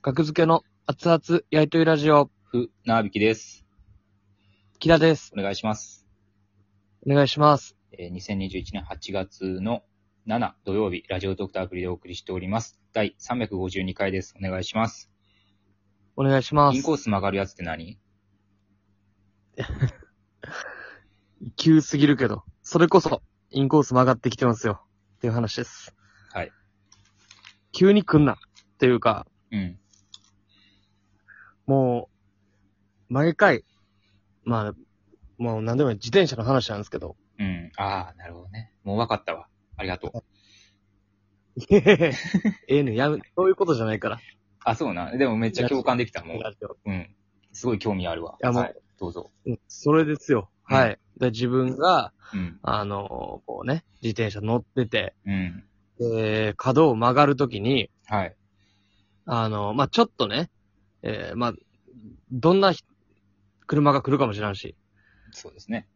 格付けの熱々やいとりラジオ、ふ、なびきです。木田です。お願いします。お願いします。えー2021年8月の7土曜日、ラジオドクターアプリでお送りしております。第352回です。お願いします。お願いしまインす。コース曲がるやつって何急すぎるけど、それこそ、インコース曲がってきてますよ。っていう話です。はい。急に来んな。っていうか、うん。もう、毎回、まあ、もう何でもいい自転車の話なんです けど、うん。ああ、なるほどね。もう分かったわ。ありがとう。ええね、やめ、そういうことじゃないから。あ、そうな。でもめっちゃ共感できた。もうラ。ジオうん。すごい興味あるわ。いやもうはい。どうぞ。うんそれですよ。うんはい。で、自分が、うん。あのこうね、自転車乗ってて、うん。で、角を曲がるときに、はい。あの、まあ、ちょっとね、えーまあ、どんなひ車が来るかもしらんし、そうですね。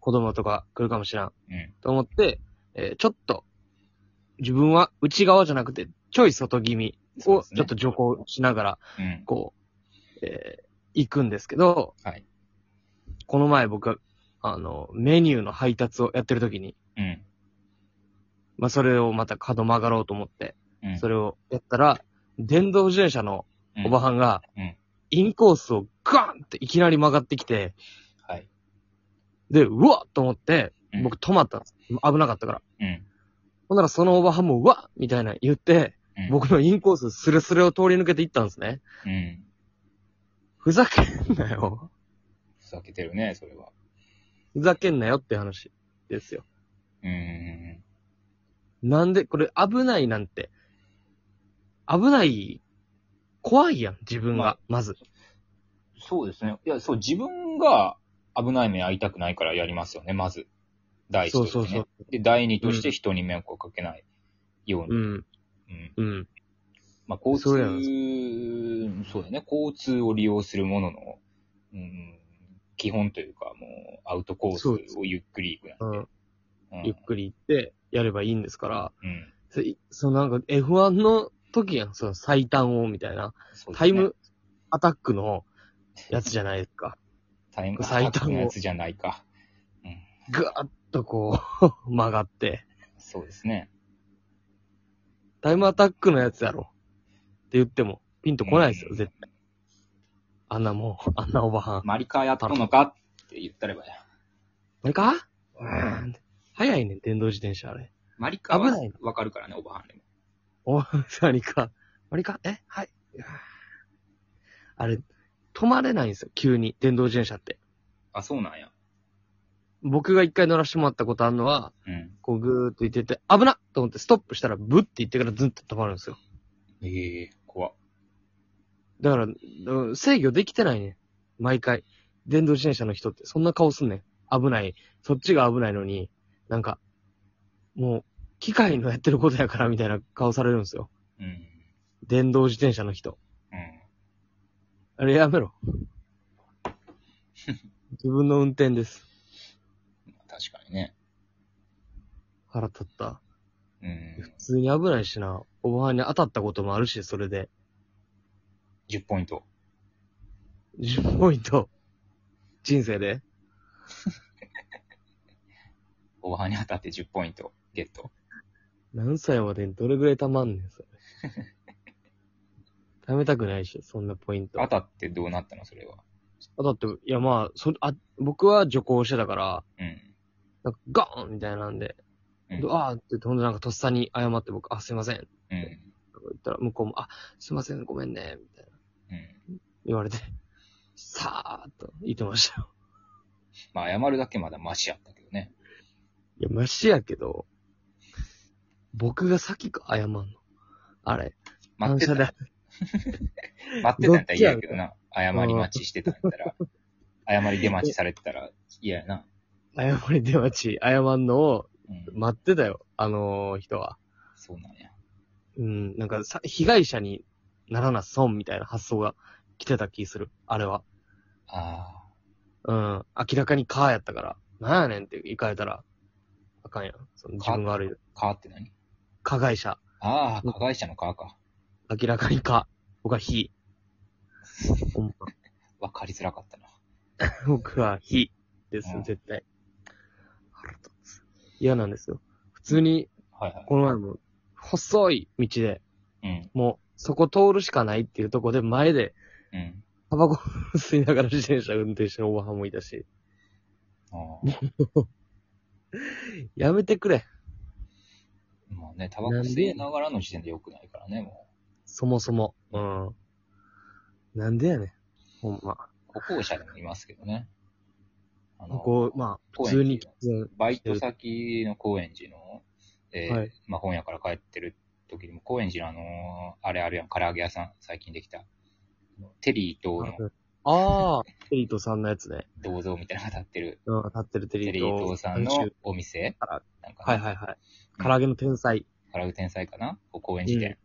子供とか来るかもしらんうん。と思って、えーちょっと、自分は内側じゃなくて、ちょい外気味そうをですねちょっと徐行しながら、うん。こう、えー行くんですけど、はいこの前僕は、あの、メニューの配達をやってる時に、うん。まあ、それをまた角曲がろうと思って、うん。それをやったら、電動自転車のうんおばはんがうん、インコースをガンっていきなり曲がってきて、はい。で、うわっと思ってうん、僕止まったんです。危なかったから。うん。ほんならそのおばはんも、うわっみたいな言って、うん。僕のインコーススレスレを通り抜けていったんですね。うん。ふざけんなよ。ふざけてるね、それは。ふざけんなよって話ですよ。うんうん。なんで、これ危ないなんて。危ない、怖いやん、自分まあが、まず。そうですね。いや、そう、自分が危ない目会いたくないからやりますよね、まず。第一そとうして、そね。うそう。で、第二として人に迷惑をかけないように。う。うんん、うん、まあ、交通そうや、そうだね。交通を利用するものの、うん、基本というか、もう、アウトコースそうですをゆっくり行くうなんん。て。ゆっくり行って、やればいいんですから。うん。うん。そそのなんか F1 の時やん、その最短王みたいな。そうですねタイム、アタックのやつじゃないですか。タイム、最短をのやつじゃないか。うん。ぐわっとこう、 曲がって。そうですね。タイムアタックのやつやろ。って言っても、ピンとこないですよ、うん絶対。あんなもん、あんなおばはん。マリカーやっとんのかって言ったればや。これかう早いねん、電動自転車あれ。マリカーは危ないわかるからね、おばはんでも。お、マリか。マリかえはい。あれ、止まれないんですよ、急に、電動自転車って。あ、そうなんや。僕が一回乗らせてもらったことあるのは、うん。こうぐーっと行ってて、危なっと思ってストップしたら、ブッて行ってからずっと止まるんですよ。ええ怖っ。だから、うん制御できてないね。毎回。電動自転車の人って、そんな顔すんねん。危ない。そっちが危ないのに、なんか、もう、機械のやってることやからみたいな顔されるんですよ。うん。電動自転車の人。うん。あれやめろ。自分の運転です。確かにね。腹立った。うん普。通に危ないしな。おばはんに当たったこともあるし、それで。 10ポイント。 10ポイント。人生で。おばはんに当たって10ポイントゲット。何歳までにどれぐらい貯まんねん、そ れ。貯めたくないし、そんなポイント。当たってどうなったのそれは。あ、だって、いやまあ、そ、あ、僕は徐行してたから、うん。なんかガーンみたいなんで、うんであーって、ほんとなんかとっさに謝って僕、あ、すいません。とかうん。言ったら、向こうも、あ、すいません、ごめんね、みたいな。うん。言われて、さーっと言ってましたよ。まあ、謝るだけまだマシやったけどね。いや、マシやけど、僕が先か謝んの。あれ、待ってた。反待ってたんやったら嫌やけどな。謝っちやり待ちしてたんやったら。謝り出待ちされてたら嫌やな。謝り出待ち、謝んのをうん。待ってたよ、あの人は。そうなんや。うん、なんかさ、被害者にならな損みたいな発想が来てた気する、あれは。あうん、明らかにカーやったから、なんやねんって言い換えたら、あかんやん。その自分が悪い。あ。かって何加害者。ああ、加害者のかか。明らかにカ僕は 火。ほんまわかりづらかったな。僕は火ですうん、絶対。腹立つ嫌なんですよ。普通に、はいはい。この前も、細い道で、うん。もう、そこ通るしかないっていうとこで、前で、うん。タバコ吸いながら自転車運転してるおばはんもいたし、ああ。やめてくれ。まあね、タバコ吸いながらの時点で良くないからね、もそもそも。うん。なんでやねん。ほんま。う。歩行者でもいますけどね。あの、こう、まあ、高普円通寺に、うんバイト先の高円寺の、えーはいまあ本屋から帰ってる時にも、高円寺のあのーあれあるやん、唐揚げ屋さん、最近できた。テリーとのああ、テリートさんのやつね。銅像みたいなのが立ってる、うん、立ってるテテリリーート。とさんのお店あらなんか、はいはいはい。唐揚げの天才。唐揚げ天才かなこう高円寺店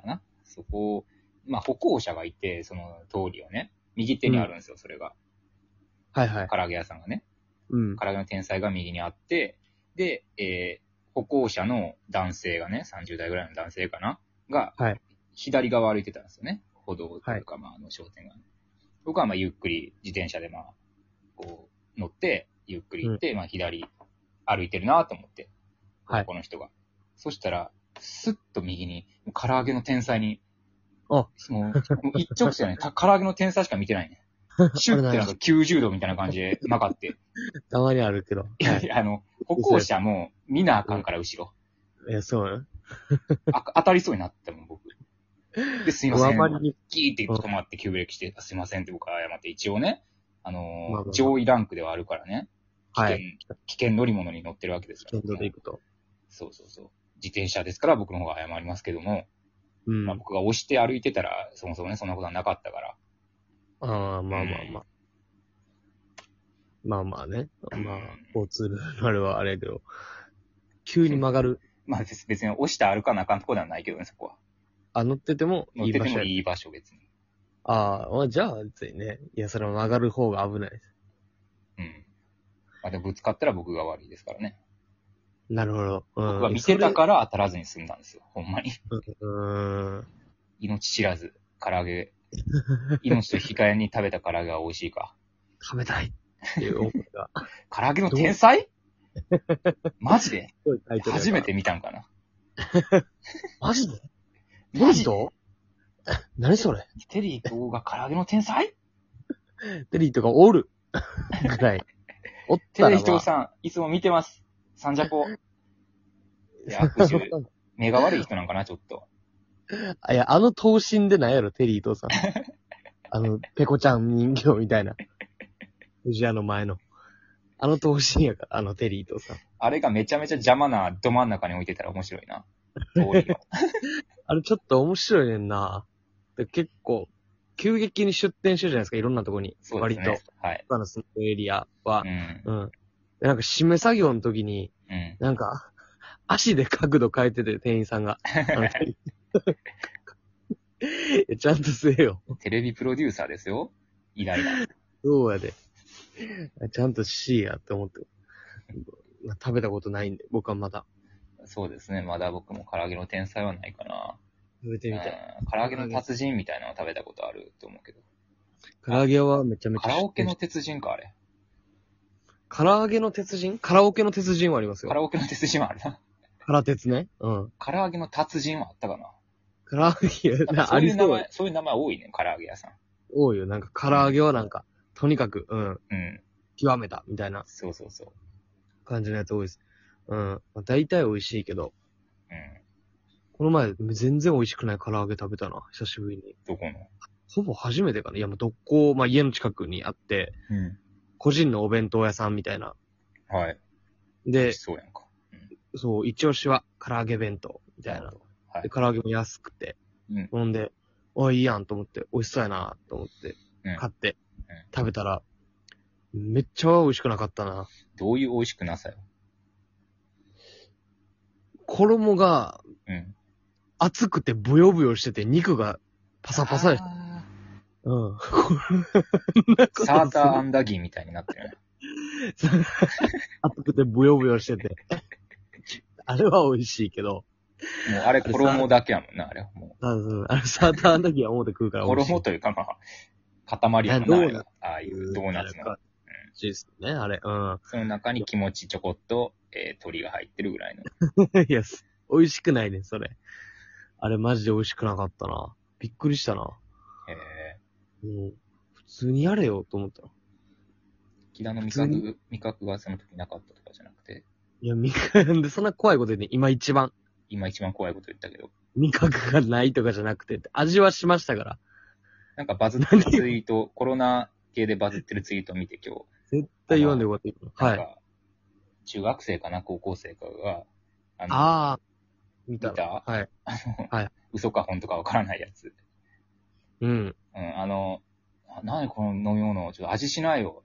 かな、そこを、まあ歩行者がいて、その通りをね、右手にあるんですよ、それが。はいはい。唐揚げ屋さんがね。うん。唐揚げの天才が右にあって、で、えー歩行者の男性がね、30代ぐらいの男性かなが、はい左側歩いてたんですよね。歩道というか、まあ、あの商店街の。僕はまあ、ゆっくり自転車でまあ、こう、乗って、ゆっくり行って、まあ、左歩いてるなと思って、はいこの人が。そしたら、スッと右に、もう唐揚げの天才に、あもう、もう一直線やね。た唐揚げの天才しか見てないね。 シュッてなんか90度みたいな感じで曲がって、たまにあるけど。いやいや、あの、歩行者も見なあかんから、後ろ。え、そうなのあ当たりそうになったもん、僕。で、すいまこうせあんま。りに、キーって止まって急ブレーキして、あすいませんって僕は謝って、一応ね、あまあのまあー、上位ランクではあるからね、危は険い。、危険乗り物に乗ってるわけですから剣。道で行くと。そうそうそう。自転車ですから僕の方が謝りますけども、うん。まああ僕が押して歩いてたら、そもそもね、そんなことはなかったから。あー、まあまあまあ。まあまあね。まあ、交通ルールあれはあれやけど。急に曲がる。まあ別別に押して歩かなあかんとこではないけどね、そこは。あ、乗ってても乗いっいて場て所もや。いい場所別に。ああ、じゃあ、別にね。いや、それは曲がる方が危ないです。うん。まあでもぶつかったら僕が悪いですからね。なるほど。うん。僕は見てたから当たらずに済んだんですよ。ほんまに。それ。うん。命知らず、唐揚げ。 命と引き換えに食べた唐揚げは美味しいか。食べたいっていう思いが。唐揚げの 天才マジですごいタイトルやから 初め。て見たんかな。マジでマジどういうこと 何それテリー東が唐揚げの天才テリーとかおる ぐらい。おっテたリらーば、東さん、いつも見てます。三ジ ャポ。いや、ま握手。目が悪い人なんかな、ちょっと。あ、いや、あの頭身でないやろ、テリーとさん。あの、ペコちゃん人形みたいな。藤屋の前の。あの頭身やから、あのテリーとさん。あれがめちゃめちゃ邪魔など真ん中に置いてたら面白い な。通りをあれちょっと面白いねんな。で結構、急激に出店してるじゃないですか、いろんなとこに。そうですね割と。。はい。他のそのエリアはう。ん。うん。で、なんか締め作業の時に、うん。なんか、足で角度変えてて、店員さんが。 あのいやちゃんとせえよ。テレビプロデューサーですよ。偉大な。そうやで。ちゃんと C やって思って。まあ食べたことないんで、僕はまだそうですね。まだ僕も唐揚げの天才はないかな。食べてみたい。うん唐揚げの達人みたいなのは食べたことあると思うけど。唐揚げはめちゃめちゃカ知ってる。ラオケの鉄人か、あれ。唐揚げの鉄人カラオケの鉄人はありますカよ。ラオケの鉄人はあるな。カラ鉄ね。うん。唐揚げの達人はあったかな。唐揚げ、いやなんなかそあういりう名そう。前、そういう名前多いね、唐揚げ屋さん。多いよ。なんか唐揚げはなんか、とにかく、うん、うん。極めたみたいなそうそうそう。感じのやつ多いです。うん。まあ、大体美味しいけど、うん。この前全然美味しくない唐揚げ食べたな。久しぶりに。どこのほぼ初めてかな。いや、もうどこ、まあ家の近くにあって、うん。個人のお弁当屋さんみたいな。はい。美で味し、そうやんか。そう、一押しは唐揚げ弁当みたいな。はで、い。唐揚げも安くて。うんほんで、あ、いいやんと思って、美味しそうやなと思ってうん、買ってうん、食べたら、めっちゃ美味しくなかったな。どういう美味しくなさよ。衣がうん。厚くてブヨブヨしてて、肉がパサパサでした。あうん。ーサーターアンダギーみたいになってるね。厚くてブヨブヨしてて。あれは美味しいけど、もうあれ衣だけやもんな、あれは。もあのあのサーターアンダギーは表食うからう美味しい。衣というか、まあ、塊やもんな、いやあれドーナはああいうドーナツの。。美味しいですね、あれ。うん。その中に気持ちちょこっと、えー、鶏が入ってるぐらいの。いや、す美味しくないね、それ。あれマジで美味しくなかったな。びっくりしたな。もえう、普通にやれよ、と思ったな。ー、木田の味普通覚、味覚がその時なかったとかじゃなくて、いや、味覚、で、そんな怖いこと言って、今一番。今一番怖いこと言ったけど、味覚がないとかじゃなくて、味はしましたから。なんかバズってるツイート、コロナ系でバズってるツイート見て今日、絶対言わんでよかった今なんはか、い。中学生かな、高校生かが、あの、ああ、見た見たら。はい。あのはい嘘か本当かわからないやつ。うん。うん、あの、あ何この飲み物、ちょっと味しないよ。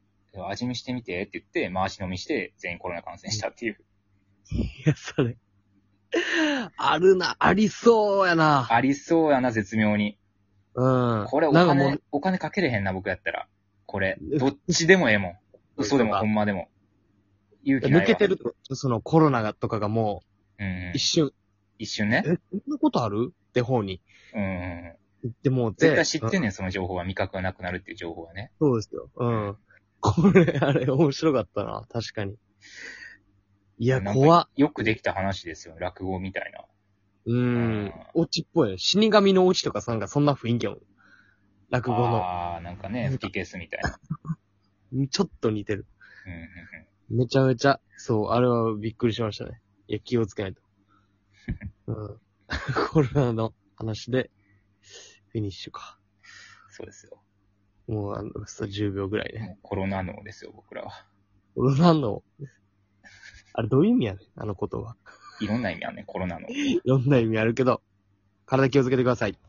味見してみてって言って、回し飲みして、全員コロナ感染したっていう。いや、それ。あるな、ありそうやな。ありそうやな、絶妙に。うん。これおなんかも金う、、お金かけれへんな、僕やったら。これ、えどっちでもええもん。嘘でそうもかほんまでも。勇気ないわ抜けてると、そのコロナがとかがもうんうんう、一瞬、一瞬ね。え、そんなことあるって方にうんうん。言ってもうて。絶対知っうてんんねん、その情報は。味覚がなくなるっていう情報はね。そうですよ。うん。これ、あれ、面白かったな。確かに。いや、なんか怖っ。よくできた話ですよ、落語みたいな。うーうんん。オチっぽいね。死神のオチとかさ、なんかそんな雰囲気やもん。落語の。ああ、なんかね、吹き消すみたいな。ちょっと似てる。うんうんうんめちゃめちゃ、そう、あれはびっくりしましたね。いや、気をつけないと。うん。 コロナの話で、フィニッシュか。そうですよ。もう、あの、そう10秒ぐらいね。もうコロナ脳ですよ、僕らは。コロナの、あれどういう意味やねんあの言葉。いろんな意味あんねん、コロナ脳。いろんな意味あるけど、体気をつけてください。